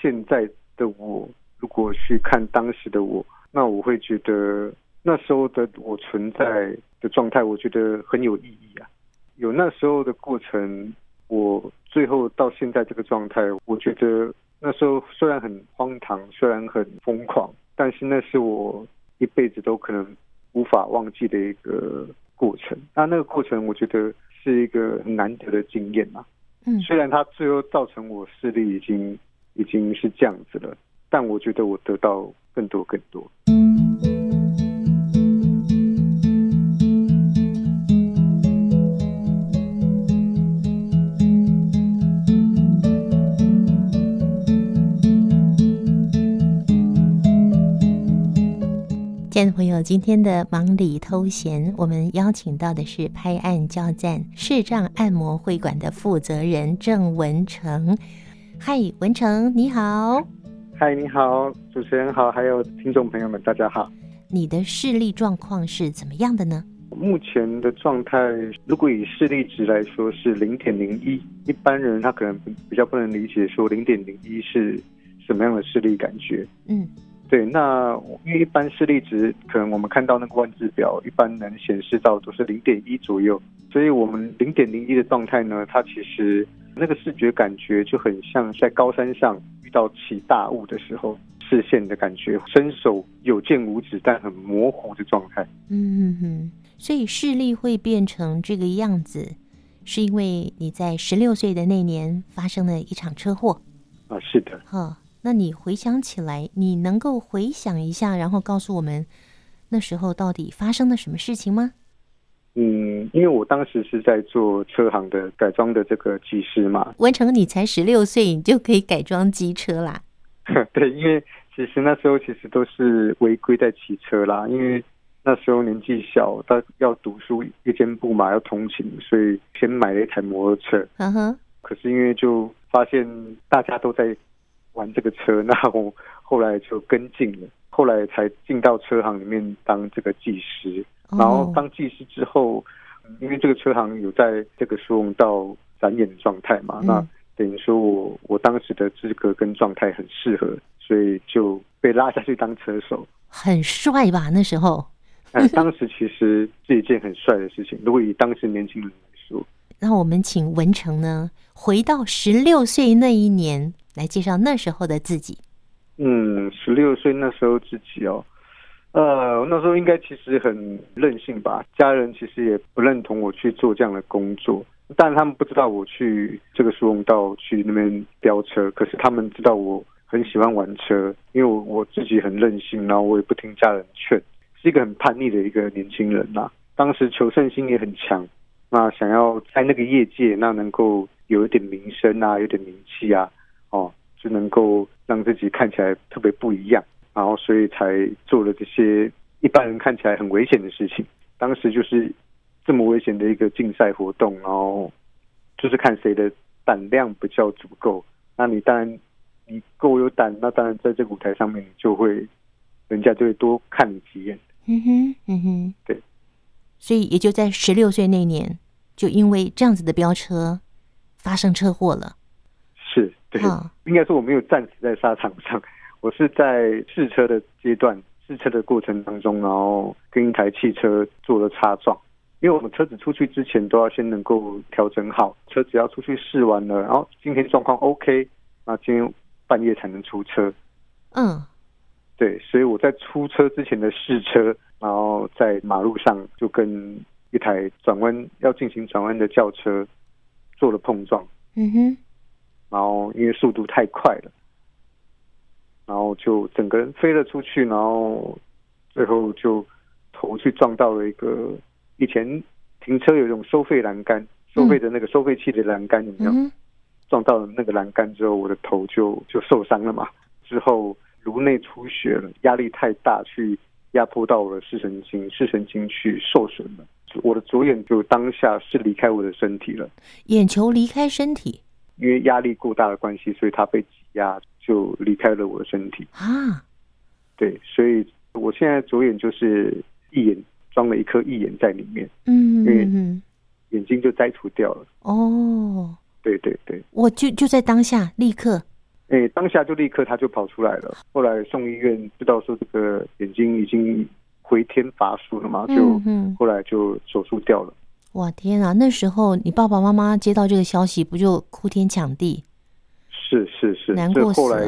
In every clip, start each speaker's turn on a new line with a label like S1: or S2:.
S1: 现在的我，如果去看当时的我，那我会觉得那时候的我存在的状态，我觉得很有意义啊。有那时候的过程，我最后到现在这个状态，我觉得那时候虽然很荒唐，虽然很疯狂，但是那是我一辈子都可能无法忘记的一个过程。那那个过程，我觉得是一个很难得的经验啊。
S2: 嗯
S1: 虽然它最后造成我视力已经已经是这样子了，但我觉得我得到更多更多。
S2: 亲爱的朋友，今天的忙里偷闲，我们邀请到的是拍案叫赞视障按摩会馆的负责人郑文成。嗨，文成，你好！
S1: 嗨，你好，主持人好，还有听众朋友们，大家好。
S2: 你的视力状况是怎么样的呢？
S1: 目前的状态，如果以视力值来说是零点零一，一般人他可能比较不能理解说零点零一是什么样的视力感觉。
S2: 嗯
S1: 对，那因为一般视力值，可能我们看到那个万字表，一般能显示到都是零点一左右，所以我们零点零一的状态呢，它其实那个视觉感觉就很像在高山上遇到起大雾的时候，视线的感觉，伸手有见无止，但很模糊的状态。
S2: 嗯哼哼，所以视力会变成这个样子，是因为你在十六岁的那年发生了一场车祸。
S1: 啊，是的，
S2: 哈，那你回想起来，你能够回想一下，然后告诉我们那时候到底发生了什么事情吗？
S1: 嗯，因为我当时是在做车行的改装的这个技师嘛，
S2: 文成，你才十六岁，你就可以改装机车啦。
S1: 对，因为其实那时候其实都是违规在骑车啦，因为那时候年纪小，他要读书夜间部嘛，要通勤，所以先买了一台摩托车。
S2: 呵呵，
S1: 可是因为就发现大家都在玩这个车， 那我后来就跟进了，后来才进到车行里面当这个技师。然后
S2: 哦，
S1: 当技师之后，嗯因为这个车行有在这个苏荣道展演的状态嘛，
S2: 嗯
S1: 那等于说我我当时的资格跟状态很适合，所以就被拉下去当车手。
S2: 很帅吧？那时候，
S1: 哎，当时其实是一件很帅的事情，如果以当时年轻人来说，
S2: 那我们请文成呢，回到十六岁那一年来介绍那时候的自己。
S1: 嗯，十六岁那时候自己哦。呃，那时候应该其实很任性吧，家人其实也不认同我去做这样的工作，但他们不知道我去这个苏荣道去那边飙车，可是他们知道我很喜欢玩车，因为我我自己很任性，然后我也不听家人劝，是一个很叛逆的一个年轻人啦、当时求胜心也很强，那想要在那个业界那能够有一点名声啊，有点名气啊，哦，就能够让自己看起来特别不一样。然后所以才做了这些一般人看起来很危险的事情。当时就是这么危险的一个竞赛活动，然后就是看谁的胆量比较足够。那你当然你够有胆，那当然在这个舞台上面你就会，人家就会多看你几眼。
S2: 嗯哼，嗯哼，
S1: 对。
S2: 所以也就在十六岁那年，就因为这样子的飙车发生车祸了。
S1: 是对，
S2: 哈
S1: 应该说我没有战死在沙场上， 我是在试车的阶段，试车的过程当中，然后跟一台汽车做了擦撞。因为我们车子出去之前都要先能够调整好，车子要出去试完了，然后今天状况 OK，那今天半夜才能出车。
S2: 嗯，
S1: 对，所以我在出车之前的试车，然后在马路上就跟一台转弯要进行转弯的轿车做了碰撞。
S2: 嗯哼，
S1: 然后因为速度太快了，然后就整个人飞了出去，然后最后就头去撞到了一个以前停车有一种收费栏杆，收费的那个收费器的栏杆，有没有？
S2: 嗯哼，
S1: 撞到了那个栏杆之后，我的头就就受伤了嘛，之后颅内出血了，压力太大去压迫到我的视神经，视神经去受损了，我的左眼就当下是离开我的身体了。
S2: 眼球离开身体
S1: 因为压力过大的关系，所以他被挤压就离开了我的身体。
S2: 啊，
S1: 对，所以我现在左眼就是一眼装了一颗义眼在里面，
S2: 嗯
S1: 对
S2: 嗯哼，
S1: 眼睛就摘除掉了。
S2: 哦，
S1: 对对对，
S2: 我就就在当下立刻
S1: 诶、当下就立刻他就跑出来了。后来送医院，知道说这个眼睛已经回天乏术了嘛，就
S2: 嗯嗯，
S1: 后来就手术掉了。
S2: 哇天啊！那时候你爸爸妈妈接到这个消息，不就哭天抢地？
S1: 是是是，
S2: 难
S1: 这
S2: 过死
S1: 后
S2: 了
S1: 来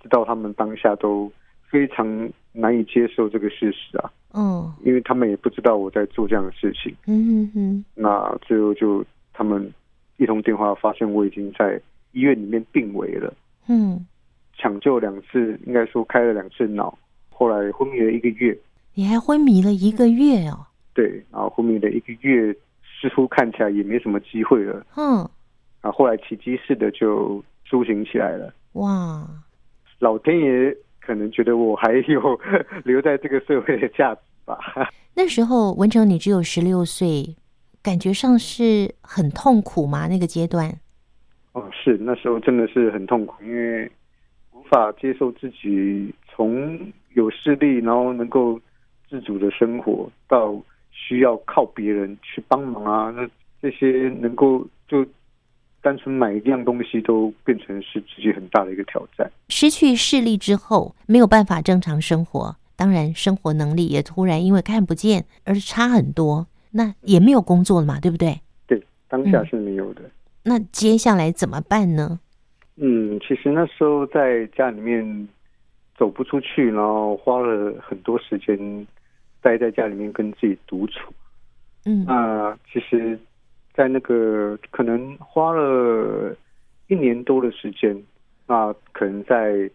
S1: 知道他们当下都非常难以接受这个事实啊，
S2: 嗯
S1: 因为他们也不知道我在做这样的事情。
S2: 嗯哼哼，
S1: 那最后就他们一通电话发现我已经在医院里面病危了，
S2: 嗯，
S1: 抢救两次，应该说开了两次脑，后来昏迷了一个月，
S2: 你还昏迷了一个月哦。
S1: 对，然后昏迷了一个月，似乎看起来也没什么机会了，
S2: 嗯，
S1: 啊，后来奇迹似的就苏醒起来了，
S2: 哇，
S1: 老天爷可能觉得我还有 留在这个社会的价值吧，
S2: 那时候文成你只有十六岁，感觉上是很痛苦吗？那个阶段？
S1: 哦，是那时候真的是很痛苦，因为无法接受自己从有视力，然后能够自主的生活，到需要靠别人去帮忙啊，那这些能够就单纯买一样东西都变成是自己很大的一个挑战。
S2: 失去视力之后，没有办法正常生活，当然生活能力也突然因为看不见而差很多。那也没有工作了嘛，对不对？
S1: 对，当下是没有的。
S2: 那接下来怎么办呢？
S1: 嗯，其实那时候在家里面走不出去，然后花了很多时间待在家里面跟自己独处。
S2: 嗯
S1: 那其实，在那个可能花了一年多的时间，那可能在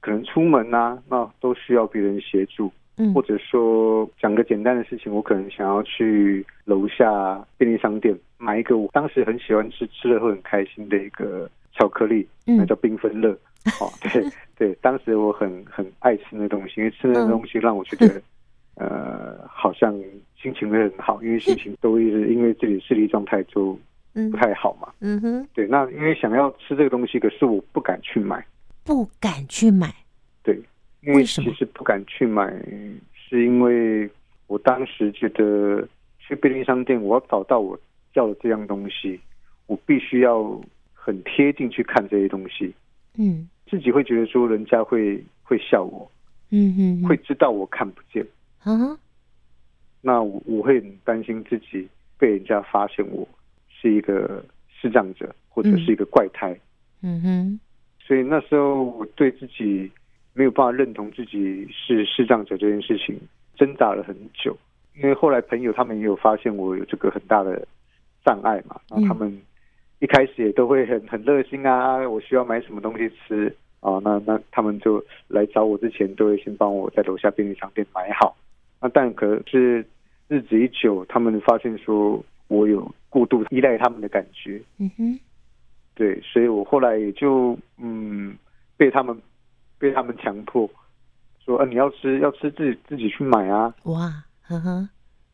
S1: 可能出门啊，那都需要别人协助，
S2: 嗯
S1: 或者说讲个简单的事情，我可能想要去楼下便利商店买一个我当时很喜欢吃，吃了会很开心的一个巧克力，那
S2: 嗯
S1: 叫缤纷 乐。哦，对对，当时我很很爱吃那东西，因为吃那
S2: 嗯
S1: 东西让我觉得，呃，好像心情会很好，因为心情都一直因为自己视力状态就
S2: 嗯
S1: 不太好嘛。
S2: 嗯哼，
S1: 对，那因为想要吃这个东西，可是我不敢去买，
S2: 不敢去买。
S1: 对，因
S2: 为什么
S1: 其实不敢去买，是因为我当时觉得去便利商店，我要找到我要的这样东西，我必须要很贴近去看这些东西，
S2: 嗯
S1: 自己会觉得说人家会会笑我。
S2: 嗯哼
S1: 会知道我看不见，
S2: 啊，
S1: 那我我会很担心自己被人家发现我是一个视障者或者是一个怪胎，
S2: 嗯哼，
S1: 所以那时候我对自己没有办法认同自己是视障者这件事情挣扎了很久，因为后来朋友他们也有发现我有这个很大的障碍嘛，然后他们一开始也都会很很热心啊，我需要买什么东西吃啊，那那他们就来找我之前都会先帮我在楼下便利商店买好，那但可是日子一久，他们发现说我有过度依赖他们的感觉，
S2: 嗯哼，
S1: 对，所以我后来也就嗯被他们被他们强迫说，啊，你要吃要吃自己自己去买啊，
S2: 哇，呵呵，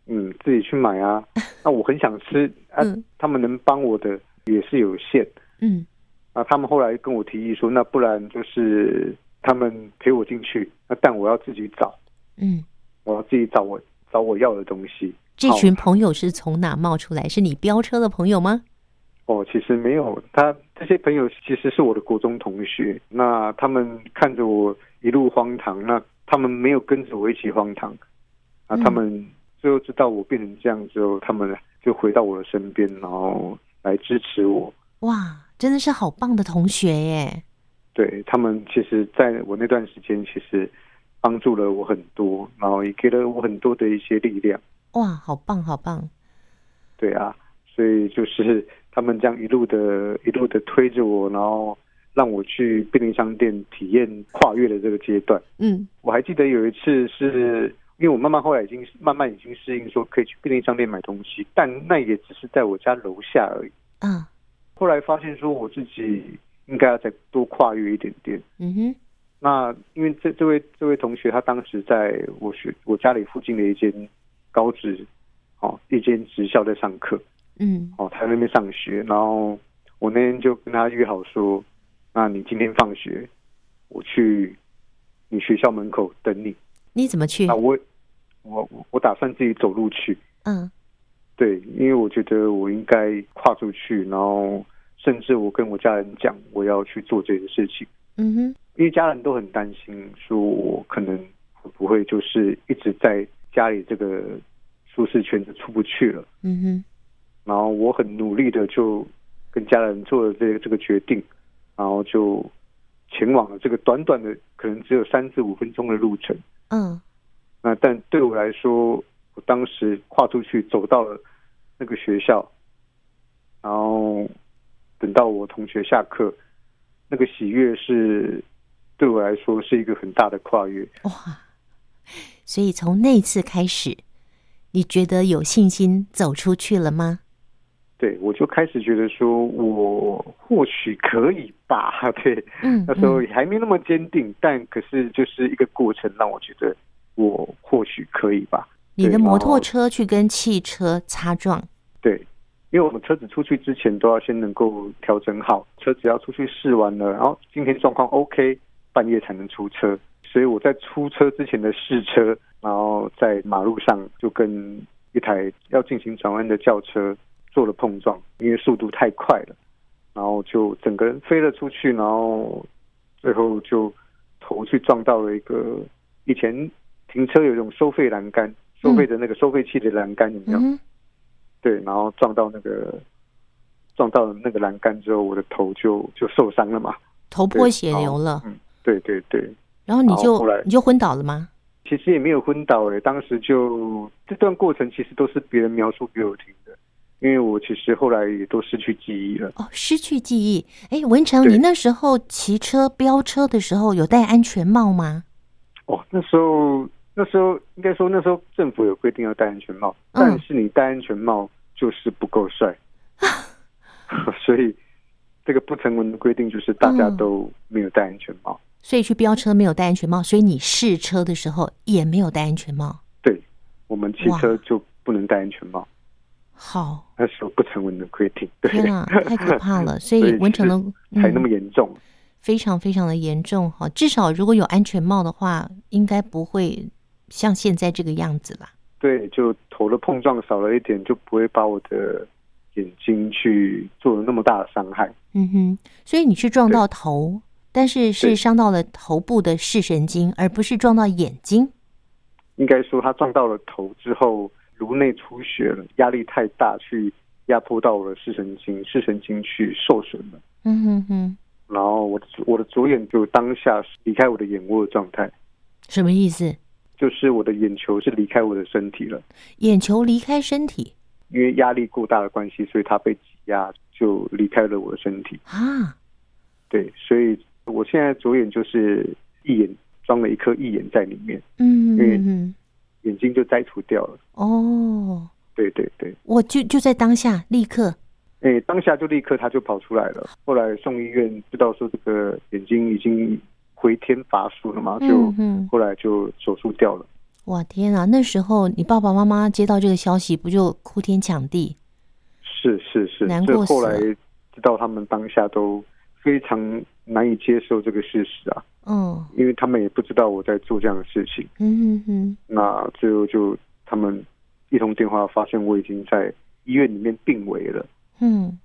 S1: 嗯，自己去买啊。那我很想吃啊，
S2: 嗯
S1: 他们能帮我的也是有限
S2: 嗯
S1: 啊。他们后来跟我提议说，那不然就是他们陪我进去，那但我要自己找，
S2: 嗯，
S1: 我要自己找我找我要的东西。
S2: 这
S1: 好
S2: 群朋友是从哪冒出来？是你飙车的朋友吗？
S1: 哦，其实没有，他这些朋友其实是我的国中同学，那他们看着我一路荒唐，那他们没有跟着我一起荒唐，啊，
S2: 嗯
S1: 他们最后知道我变成这样之后，他们就回到我的身边，然后来支持我。
S2: 哇，真的是好棒的同学耶！
S1: 对他们，其实在我那段时间，其实帮助了我很多，然后也给了我很多的一些力量。
S2: 哇，好棒，好棒。
S1: 对啊，所以就是他们这样一路的、一路的推着我，然后让我去便利商店体验跨越的这个阶段。
S2: 嗯
S1: 我还记得有一次是，因为我慢慢后来已经慢慢已经适应说可以去便利商店买东西，但那也只是在我家楼下而已。
S2: 啊，
S1: 后来发现说我自己应该要再多跨越一点点。
S2: 嗯哼，
S1: 那因为这这位这位同学，他当时在我学我家里附近的一间高职，哦，一间职校在上课。
S2: 嗯
S1: 哦，他在那边上学，然后我那天就跟他约好说，那你今天放学，我去你学校门口等你。
S2: 你怎么去
S1: 那？我我我我打算自己走路去，
S2: 嗯
S1: 对，因为我觉得我应该跨出去，然后甚至我跟我家人讲我要去做这件事情，
S2: 嗯哼，
S1: 因为家人都很担心，说我可能会不会就是一直在家里这个舒适圈就出不去了。
S2: 嗯哼，
S1: 然后我很努力的就跟家人做了这个这个决定，然后就前往了这个短短的可能只有三至五分钟的路程。
S2: 嗯
S1: 那但对我来说，我当时跨出去走到了那个学校，然后等到我同学下课，那个喜悦是对我来说是一个很大的跨越。
S2: 哇，所以从那次开始，你觉得有信心走出去了吗？
S1: 对我就开始觉得说，我或许可以吧。 对，
S2: 嗯，
S1: 那时候
S2: 嗯
S1: 也还没那么坚定，但可是就是一个过程，让我觉得我或许可以吧。
S2: 你的
S1: 对然
S2: 摩托
S1: 后
S2: 车去跟汽车擦撞，
S1: 对，因为我们车子出去之前都要先能够调整好，车子要出去试完了，然后今天状况 OK，半夜才能出车。所以我在出车之前的试车，然后在马路上就跟一台要进行转弯的轿车做了碰撞，因为速度太快了，然后就整个人飞了出去，然后最后就头去撞到了一个以前停车有一种收费栏杆，收费的那个收费器的栏杆，有没有？
S2: 嗯哼，
S1: 对，然后撞到那个撞到那个栏杆之后，我的头就就受伤了嘛。
S2: 头
S1: 对
S2: 破血流了，
S1: 嗯，对对对，
S2: 然后你
S1: 然后
S2: 就
S1: 后来
S2: 你就昏倒了吗？
S1: 其实也没有昏倒诶、当时就这段过程其实都是别人描述给我听的，因为我其实后来也都失去记忆了。
S2: 哦，失去记忆。哎，文成，
S1: 对
S2: 你那时候骑车飙车的时候有戴安全帽吗？
S1: 哦，那时候那时候应该说那时候政府有规定要戴安全帽，
S2: 嗯
S1: 但是你戴安全帽就是不够 帅， 所以这个不成文的规定就是大家
S2: 嗯
S1: 都没有戴安全帽。
S2: 所以去飙车没有戴安全帽，所以你试车的时候也没有戴安全帽。
S1: 对，我们骑车就不能戴安全帽，
S2: 好，
S1: 那时候不成文的规定，对，
S2: 天啊，太可 怕了！所以
S1: 所以
S2: 文成的
S1: 还那
S2: 嗯
S1: 么严重。
S2: 非常非常的严重哈。至少如果有安全帽的话，应该不会像现在这个样子啦。
S1: 对，就头的碰撞少了一点，就不会把我的眼睛去做了那么大的伤害。
S2: 嗯哼，所以你是撞到头，但是是
S1: 对
S2: 伤到了头部的视神经，而不是撞到眼睛。
S1: 应该说，他撞到了头之后，颅内出血了，压力太大，去压迫到我的视神经，视神经去受损了。
S2: 嗯哼哼，
S1: 然后我的左我的左眼就当下是离开我的眼窝的状态，
S2: 什么意思？
S1: 就是我的眼球是离开我的身体了。
S2: 眼球离开身体
S1: 因为压力过大的关系，所以它被挤压就离开了我的身体。
S2: 啊？
S1: 对，所以我现在左眼就是一眼装了一颗义眼在里面，
S2: 嗯
S1: 因为
S2: 哼哼，
S1: 眼睛就摘除掉了。
S2: 哦，
S1: 对对对，
S2: 我就就在当下立刻，
S1: 诶，当下就立刻它就跑出来了。后来送医院，知道说这个眼睛已经回天乏术了嘛，就
S2: 嗯哼，
S1: 后来就手术掉了。
S2: 哇天啊！那时候你爸爸妈妈接到这个消息，不就哭天抢地？
S1: 是是是，
S2: 难
S1: 这
S2: 过
S1: 后
S2: 死
S1: 来
S2: 了
S1: 知道他们当下都非常难以接受这个事实啊，
S2: 嗯
S1: 因为他们也不知道我在做这样的事情。
S2: 嗯哼哼，
S1: 那最后就他们一通电话发现我已经在医院里面病危了，
S2: 嗯。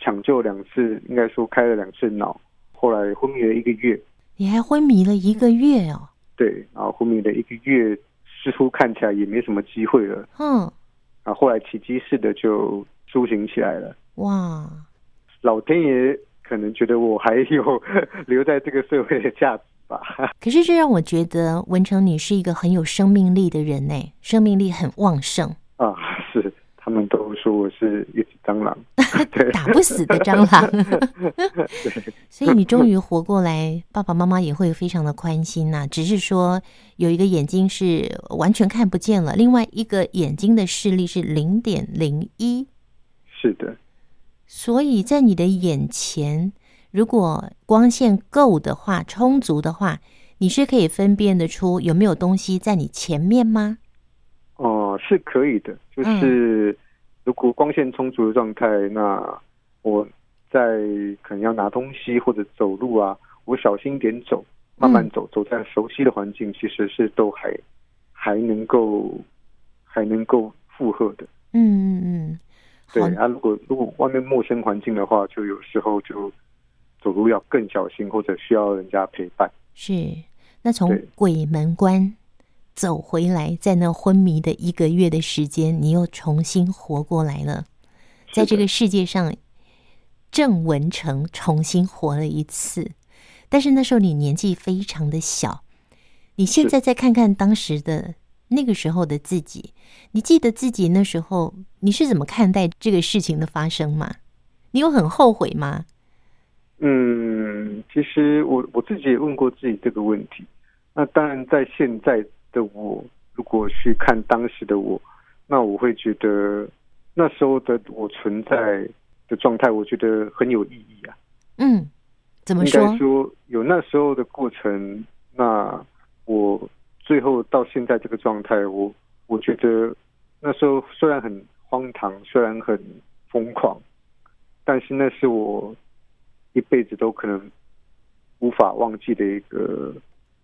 S1: 抢救两次，应该说开了两次脑，后来昏迷了一个月，
S2: 你还昏迷了一个月哦，
S1: 对，然后昏迷了一个月，似乎看起来也没什么机会了，
S2: 哼，
S1: 然后后来奇迹似的就苏醒起来了，
S2: 哇，
S1: 老天爷可能觉得我还有 留在这个社会的价值吧，
S2: 可是这让我觉得文成你是一个很有生命力的人呢，生命力很旺盛，
S1: 啊，是。他们都说我是一只蟑螂，对
S2: 打不死的蟑螂， 所以你终于活过来，爸爸妈妈也会非常的宽心呐、只是说有一个眼睛是完全看不见了，另外一个眼睛的视力是零点零一，
S1: 是的，
S2: 所以在你的眼前，如果光线够的话，充足的话，你是可以分辨得出有没有东西在你前面吗？
S1: 哦，是可以的，就是如果光线充足的状态，那我在可能要拿东西或者走路啊，我小心点走，慢慢
S2: 嗯
S1: 走，走在熟悉的环境，其实是都还还能够还能够负荷的。
S2: 嗯嗯嗯，好
S1: 对啊，如果如果外面陌生环境的话，就有时候就走路要更小心，或者需要人家陪伴。
S2: 是，那从
S1: 对
S2: 鬼门关走回来，在那昏迷的一个月的时间，你又重新活过来了，在
S1: 是
S2: 这
S1: 的
S2: 个世界上，郑文成重新活了一次。但是那时候你年纪非常的小，你现
S1: 是
S2: 在再看看当时的那个时候的自己，你记得自己那时候你是怎么看待这个事情的发生吗？你有很后悔吗？
S1: 嗯，其实我我自己也问过自己这个问题。那当然，在现在的我，如果去看当时的我，那我会觉得那时候的我存在的状态，我觉得很有意义啊。
S2: 嗯，怎么
S1: 应
S2: 说
S1: 该？说有那时候的过程，那我最后到现在这个状态，我我觉得那时候虽然很荒唐，虽然很疯狂，但是那是我一辈子都可能无法忘记的一个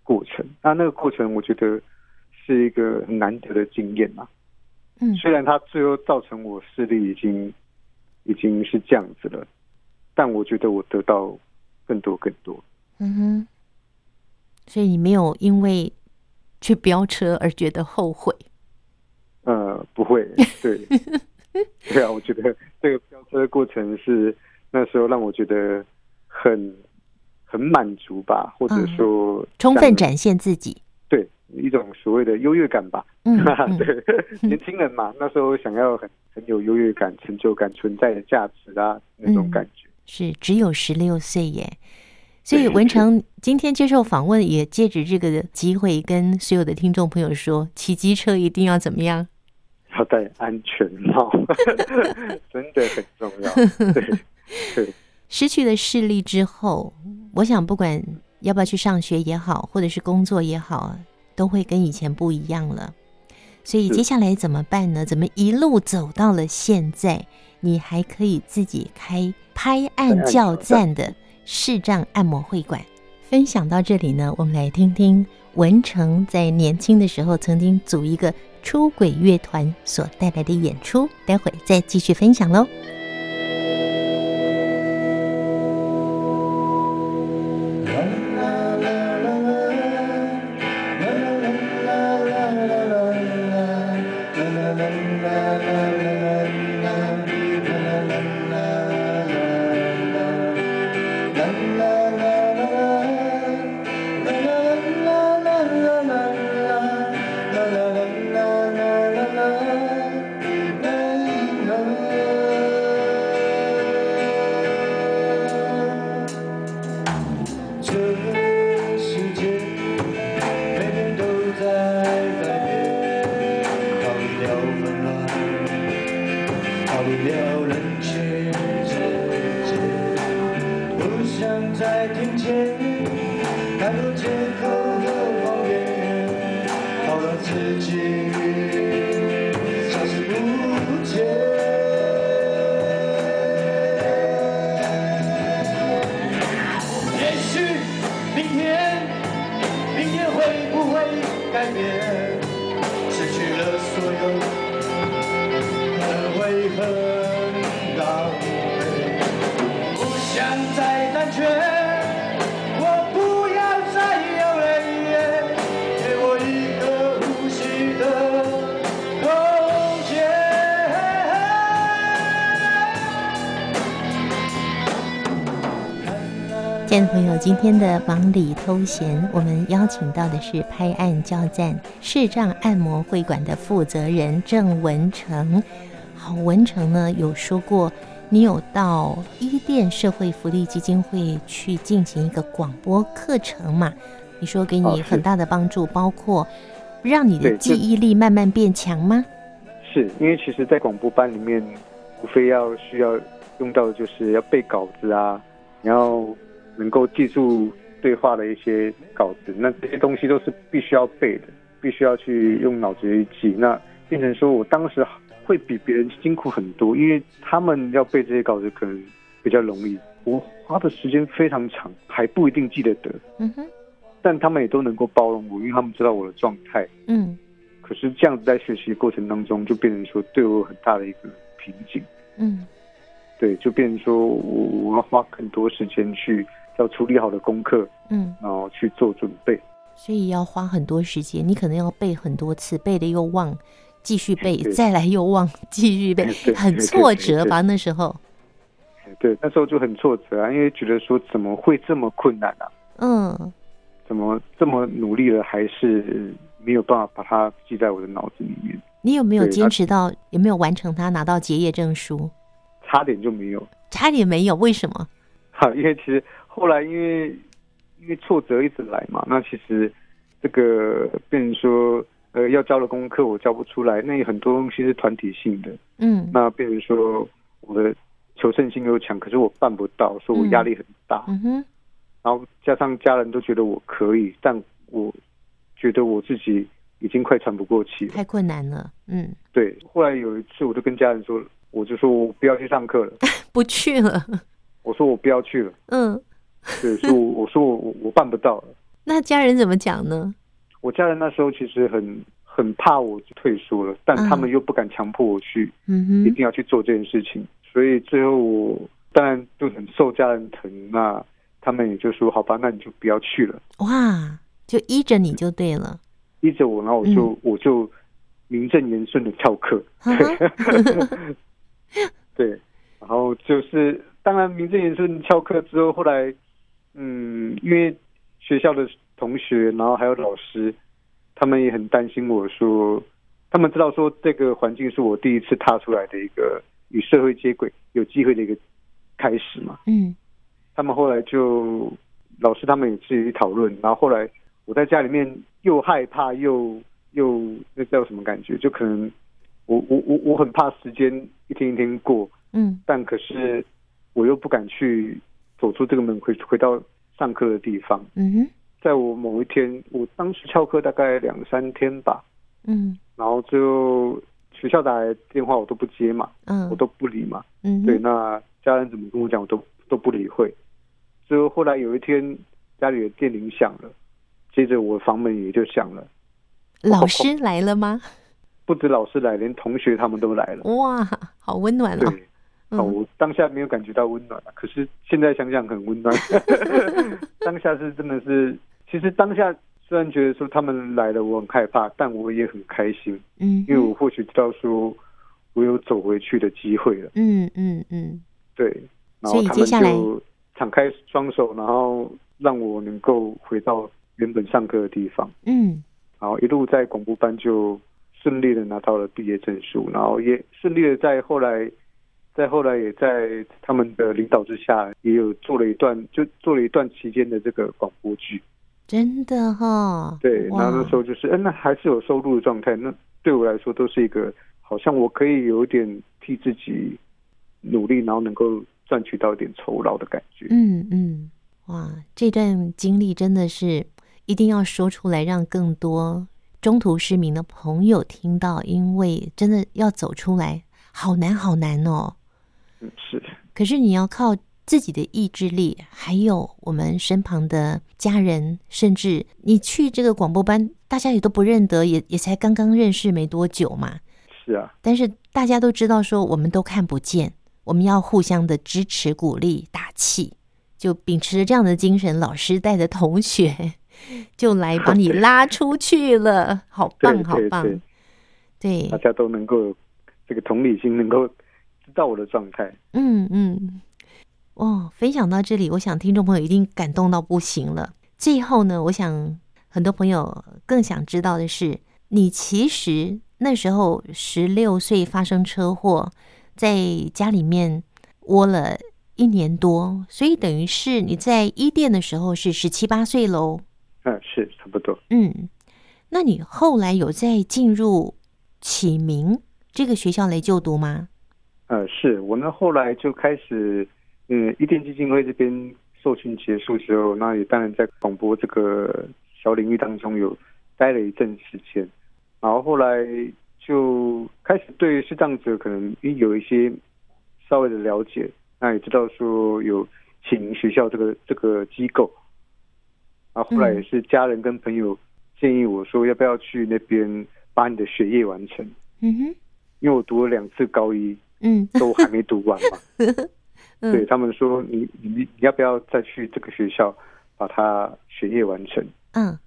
S1: 过程。那那个过程，我觉得是一个很难得的经验啊。
S2: 嗯，
S1: 虽然它最后造成我视力已经已经是这样子了，但我觉得我得到更多更多。
S2: 嗯哼，所以你没有因为去飙车而觉得后悔。
S1: 呃，不会，对， 对啊，我觉得这个飙车的过程是那时候让我觉得很很满足吧，或者说、
S2: 嗯充分展现自己。
S1: 对一种所谓的优越感吧。
S2: 嗯 嗯
S1: 对，年轻人嘛，那时候想要很很有优越感、成就感、存在的价值啊那种
S2: 嗯
S1: 感觉。
S2: 是只有十六岁耶。所以
S1: 对
S2: 文
S1: 是
S2: 成今天接受访问，也借着这个机会跟所有的听众朋友说，骑机车一定要怎么样？
S1: 要戴安全帽， 真的很重要。对，对，
S2: 失去了视力之后，我想不管要不要去上学也好，或者是工作也好，都会跟以前不一样了。所以
S1: 是
S2: 接下来怎么办呢？怎么一路走到了现在，你还可以自己开拍案叫赞的视障按摩会馆？分享到这里呢，我们来听听文成在年轻的时候曾经组一个出轨乐团所带来的演出，待会再继续分享喽。
S3: 这世界每天都在改变，逃不了纷乱，逃不了人群之间。不想再听见太多借口和谎言，好让自己消失不见。也许明天，明天会不会改变？失去了所有，可能会很狼狈。不想再胆怯，我不要再有人烟，给我一个呼吸的空间。
S2: 亲爱的朋友，今天的忙里偷闲，我们邀请到的是拍案叫赞视障按摩会馆的负责人郑文成。郝文成呢有说过，你有到伊甸社会福利基金会去进行一个广播课程嘛？你说给
S1: 哦
S2: 你
S1: 是
S2: 很大的帮助，包括让你的
S1: 对
S2: 记
S1: 这
S2: 忆力慢慢变强吗？
S1: 是因为其实，在广播班里面，无非要需要用到的就是要背稿子啊，然后能够记住对话的一些稿子，那这些东西都是必须要背的，必须要去用脑子去记。那变成说我当时会比别人辛苦很多，因为他们要背这些稿子可能比较容易，我花的时间非常长，还不一定记得得，
S2: 嗯哼，
S1: 但他们也都能够包容我，因为他们知道我的状态。
S2: 嗯
S1: 可是这样子在学习过程当中，就变成说对我有很大的一个瓶颈。
S2: 嗯
S1: 对，就变成说我我要花很多时间去要处理好的功课，
S2: 嗯，
S1: 然后去做准备。
S2: 所以要花很多时间，你可能要背很多次，背的又忘，继续背，
S1: 对
S2: 再来又忘，继续背
S1: 对对，
S2: 很
S1: 对
S2: 挫
S1: 对
S2: 折吧？那时候，
S1: 对，那时候就很挫折啊，因为觉得说怎么会这么困难啊？
S2: 嗯
S1: 怎么这么努力了，还是没有办法把它记在我的脑子里面？，
S2: 你有没有
S1: 对
S2: 坚
S1: 那
S2: 持到？有没有完成它，拿到结业证书？
S1: 差点就没有。
S2: 差点没有，为什么？
S1: 哈，啊因为其实后来因为因为挫折一直来嘛，那其实这个变成说，呃，要交的功课我交不出来，那有很多东西是团体性的，
S2: 嗯
S1: 那变成说我的求胜心又强，可是我办不到，所以我压力很大，
S2: 嗯哼
S1: 然后加上家人都觉得我可以，但我觉得我自己已经快喘不过气了。
S2: 太困难了，嗯，
S1: 对，后来有一次我就跟家人说，我就说我不要去上课 了，
S2: 不去了，
S1: 我说我不要去了，
S2: 嗯，
S1: 对，说我我说我我我办不到了。
S2: 那家人怎么讲呢？
S1: 我家人那时候其实很很怕我退缩了，但他们又不敢强迫我去、
S2: 嗯
S1: 一
S2: 哼，
S1: 定要去做这件事情，所以最后我当然就很受家人疼，那他们也就说好吧，那你就不要去了，
S2: 哇，就依着你就对了，
S1: 依着我，然后我就、我就名正言顺的翘课，
S2: 哈 哈
S1: 对，然后就是当然名正言顺翘课之后，后来嗯，因为学校的同学，然后还有老师，他们也很担心我说，他们知道说这个环境是我第一次踏出来的一个与社会接轨、有机会的一个开始嘛。
S2: 嗯
S1: 他们后来就老师他们也自己讨论，然后后来我在家里面又害怕又又那叫什么感觉？就可能我我我我很怕时间一天一天过，
S2: 嗯
S1: 但可是我又不敢去走出这个门，回回到上课的地方。
S2: 嗯哼
S1: 在我某一天，我当时翘课大概两三天吧，
S2: 嗯
S1: 然后就学校打来电话我都不接嘛，
S2: 嗯，
S1: 我都不理嘛。
S2: 嗯
S1: 对，
S2: 哼
S1: 那家人怎么跟我讲，我都都不理会。最后后来有一天，家里的电铃响了，接着我房门也就响了。
S2: 老师来了吗？
S1: 不止老师来，连同学他们都来了。
S2: 哇，好温暖
S1: 对
S2: 哦，，
S1: 啊、
S2: 嗯
S1: 我当下没有感觉到温暖，啊可是现在想想很温 暖。当下是真的是，其实当下虽然觉得说他们来了我很害怕，但我也很开心，
S2: 嗯哼，
S1: 因为我或许知道说我有走回去的机会了。
S2: 嗯嗯嗯，
S1: 对，然
S2: 所
S1: 后
S2: 以
S1: 他
S2: 接
S1: 们
S2: 下来
S1: 就敞开双手，然后让我能够回到原本上课的地方，
S2: 嗯
S1: 然后一路在广播班就顺利的拿到了毕业证书，然后也顺利的在后来，在后来也在他们的领导之下，也有做了一段，就做了一段期间的这个广播剧。
S2: 真的哈，
S1: 对，然
S2: 哇
S1: 后那时候就是，嗯、那还是有收入的状态，那对我来说都是一个，好像我可以有一点替自己努力，然后能够赚取到一点酬劳的感觉。
S2: 嗯嗯，哇，这段经历真的是一定要说出来，让更多中途失明的朋友听到，因为真的要走出来好难好难哦。
S1: 嗯，是，
S2: 可是你要靠自己的意志力，还有我们身旁的家人，甚至你去这个广播班，大家也都不认得，也也才刚刚认识没多久嘛。
S1: 是啊，
S2: 但是大家都知道说，我们都看不见，我们要互相的支持、鼓励、打气，就秉持着这样的精神，老师带着同学 就来把你拉出去了，好
S1: 对
S2: 棒，好
S1: 对
S2: 棒嗯
S1: 对，
S2: 对
S1: 大，家都能够有这个同理心，能够知道我的状态。
S2: 嗯嗯，哦，分享到这里，我想听众朋友一定感动到不行了。最后呢，我想很多朋友更想知道的是，你其实那时候十六岁发生车祸，在家里面窝了一年多，所以等于是你在一店的时候是十七八岁喽。
S1: 嗯，是差不多。
S2: 嗯，那你后来有再进入启明这个学校来就读吗？
S1: 呃，是我呢，后来就开始，嗯，一电基金会这边受训结束之后，那也当然在广播这个小领域当中有待了一阵时间，然后后来就开始对视障者可能诶有一些稍微的了解，那也知道说有启明学校这个这个机构，然后后来也是家人跟朋友建议我说要不要去那边把你的学业完成，
S2: 嗯哼，
S1: 因为我读了两次高一，
S2: 嗯
S1: 都还没读完嘛。
S2: 嗯
S1: 对他们说，你你你要不要再去这个学校把它学业完成？
S2: 嗯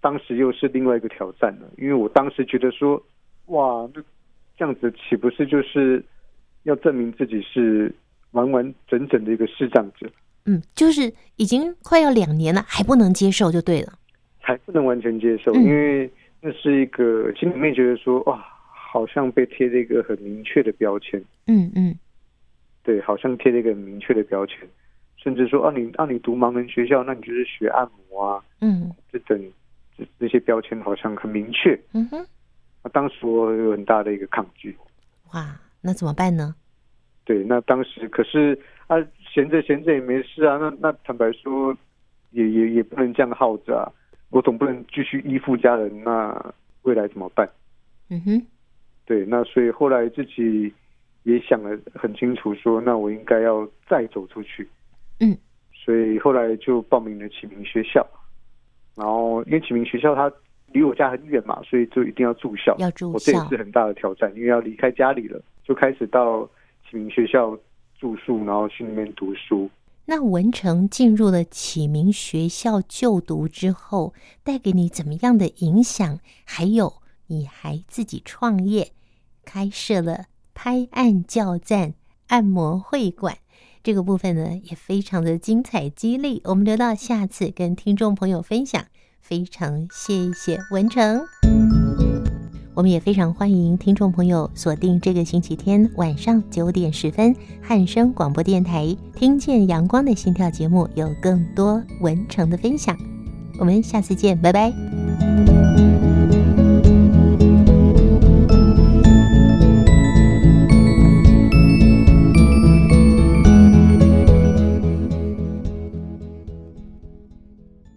S1: 当时又是另外一个挑战了，因为我当时觉得说，哇，那这样子岂不是就是要证明自己是完完整整的一个视障者，
S2: 嗯，就是已经快要两年了，还不能接受就对了。
S1: 还不能完全接受？
S2: 嗯
S1: 因为那是一个心里面觉得说，哇，好像被贴了一个很明确的标签，
S2: 嗯嗯
S1: 对，好像贴了一个很明确的标签，甚至说，啊，你啊你读盲人学校，那你就是学按摩啊，
S2: 嗯
S1: 这等这这些标签好像很明确。
S2: 嗯哼，
S1: 啊，当时我有很大的一个抗拒。
S2: 哇，那怎么办呢？
S1: 对，那当时可是啊，闲着闲着也没事啊。那那坦白说，也也也不能这样耗着啊。我总不能继续依附家人，那未来怎么办？
S2: 嗯哼，
S1: 对，那所以后来自己也想得很清楚说那我应该要再走出去。
S2: 嗯，
S1: 所以后来就报名了启明学校，然后因为启明学校它离我家很远嘛，所以就一定要住校。
S2: 要住
S1: 我这也
S2: 校
S1: 是很大的挑战，因为要离开家里了，就开始到启明学校住宿，然后去那边读书。
S2: 那文成进入了启明学校就读之后，带给你怎么样的影响？还有，你还自己创业，开设了拍案叫赞按摩会馆。这个部分呢，也非常的精彩激励，我们留到下次跟听众朋友分享。非常谢谢文成。我们也非常欢迎听众朋友锁定这个星期天晚上九点十分，汉声广播电台《听见阳光的心跳》节目，有更多文成的分享。我们下次见，拜拜。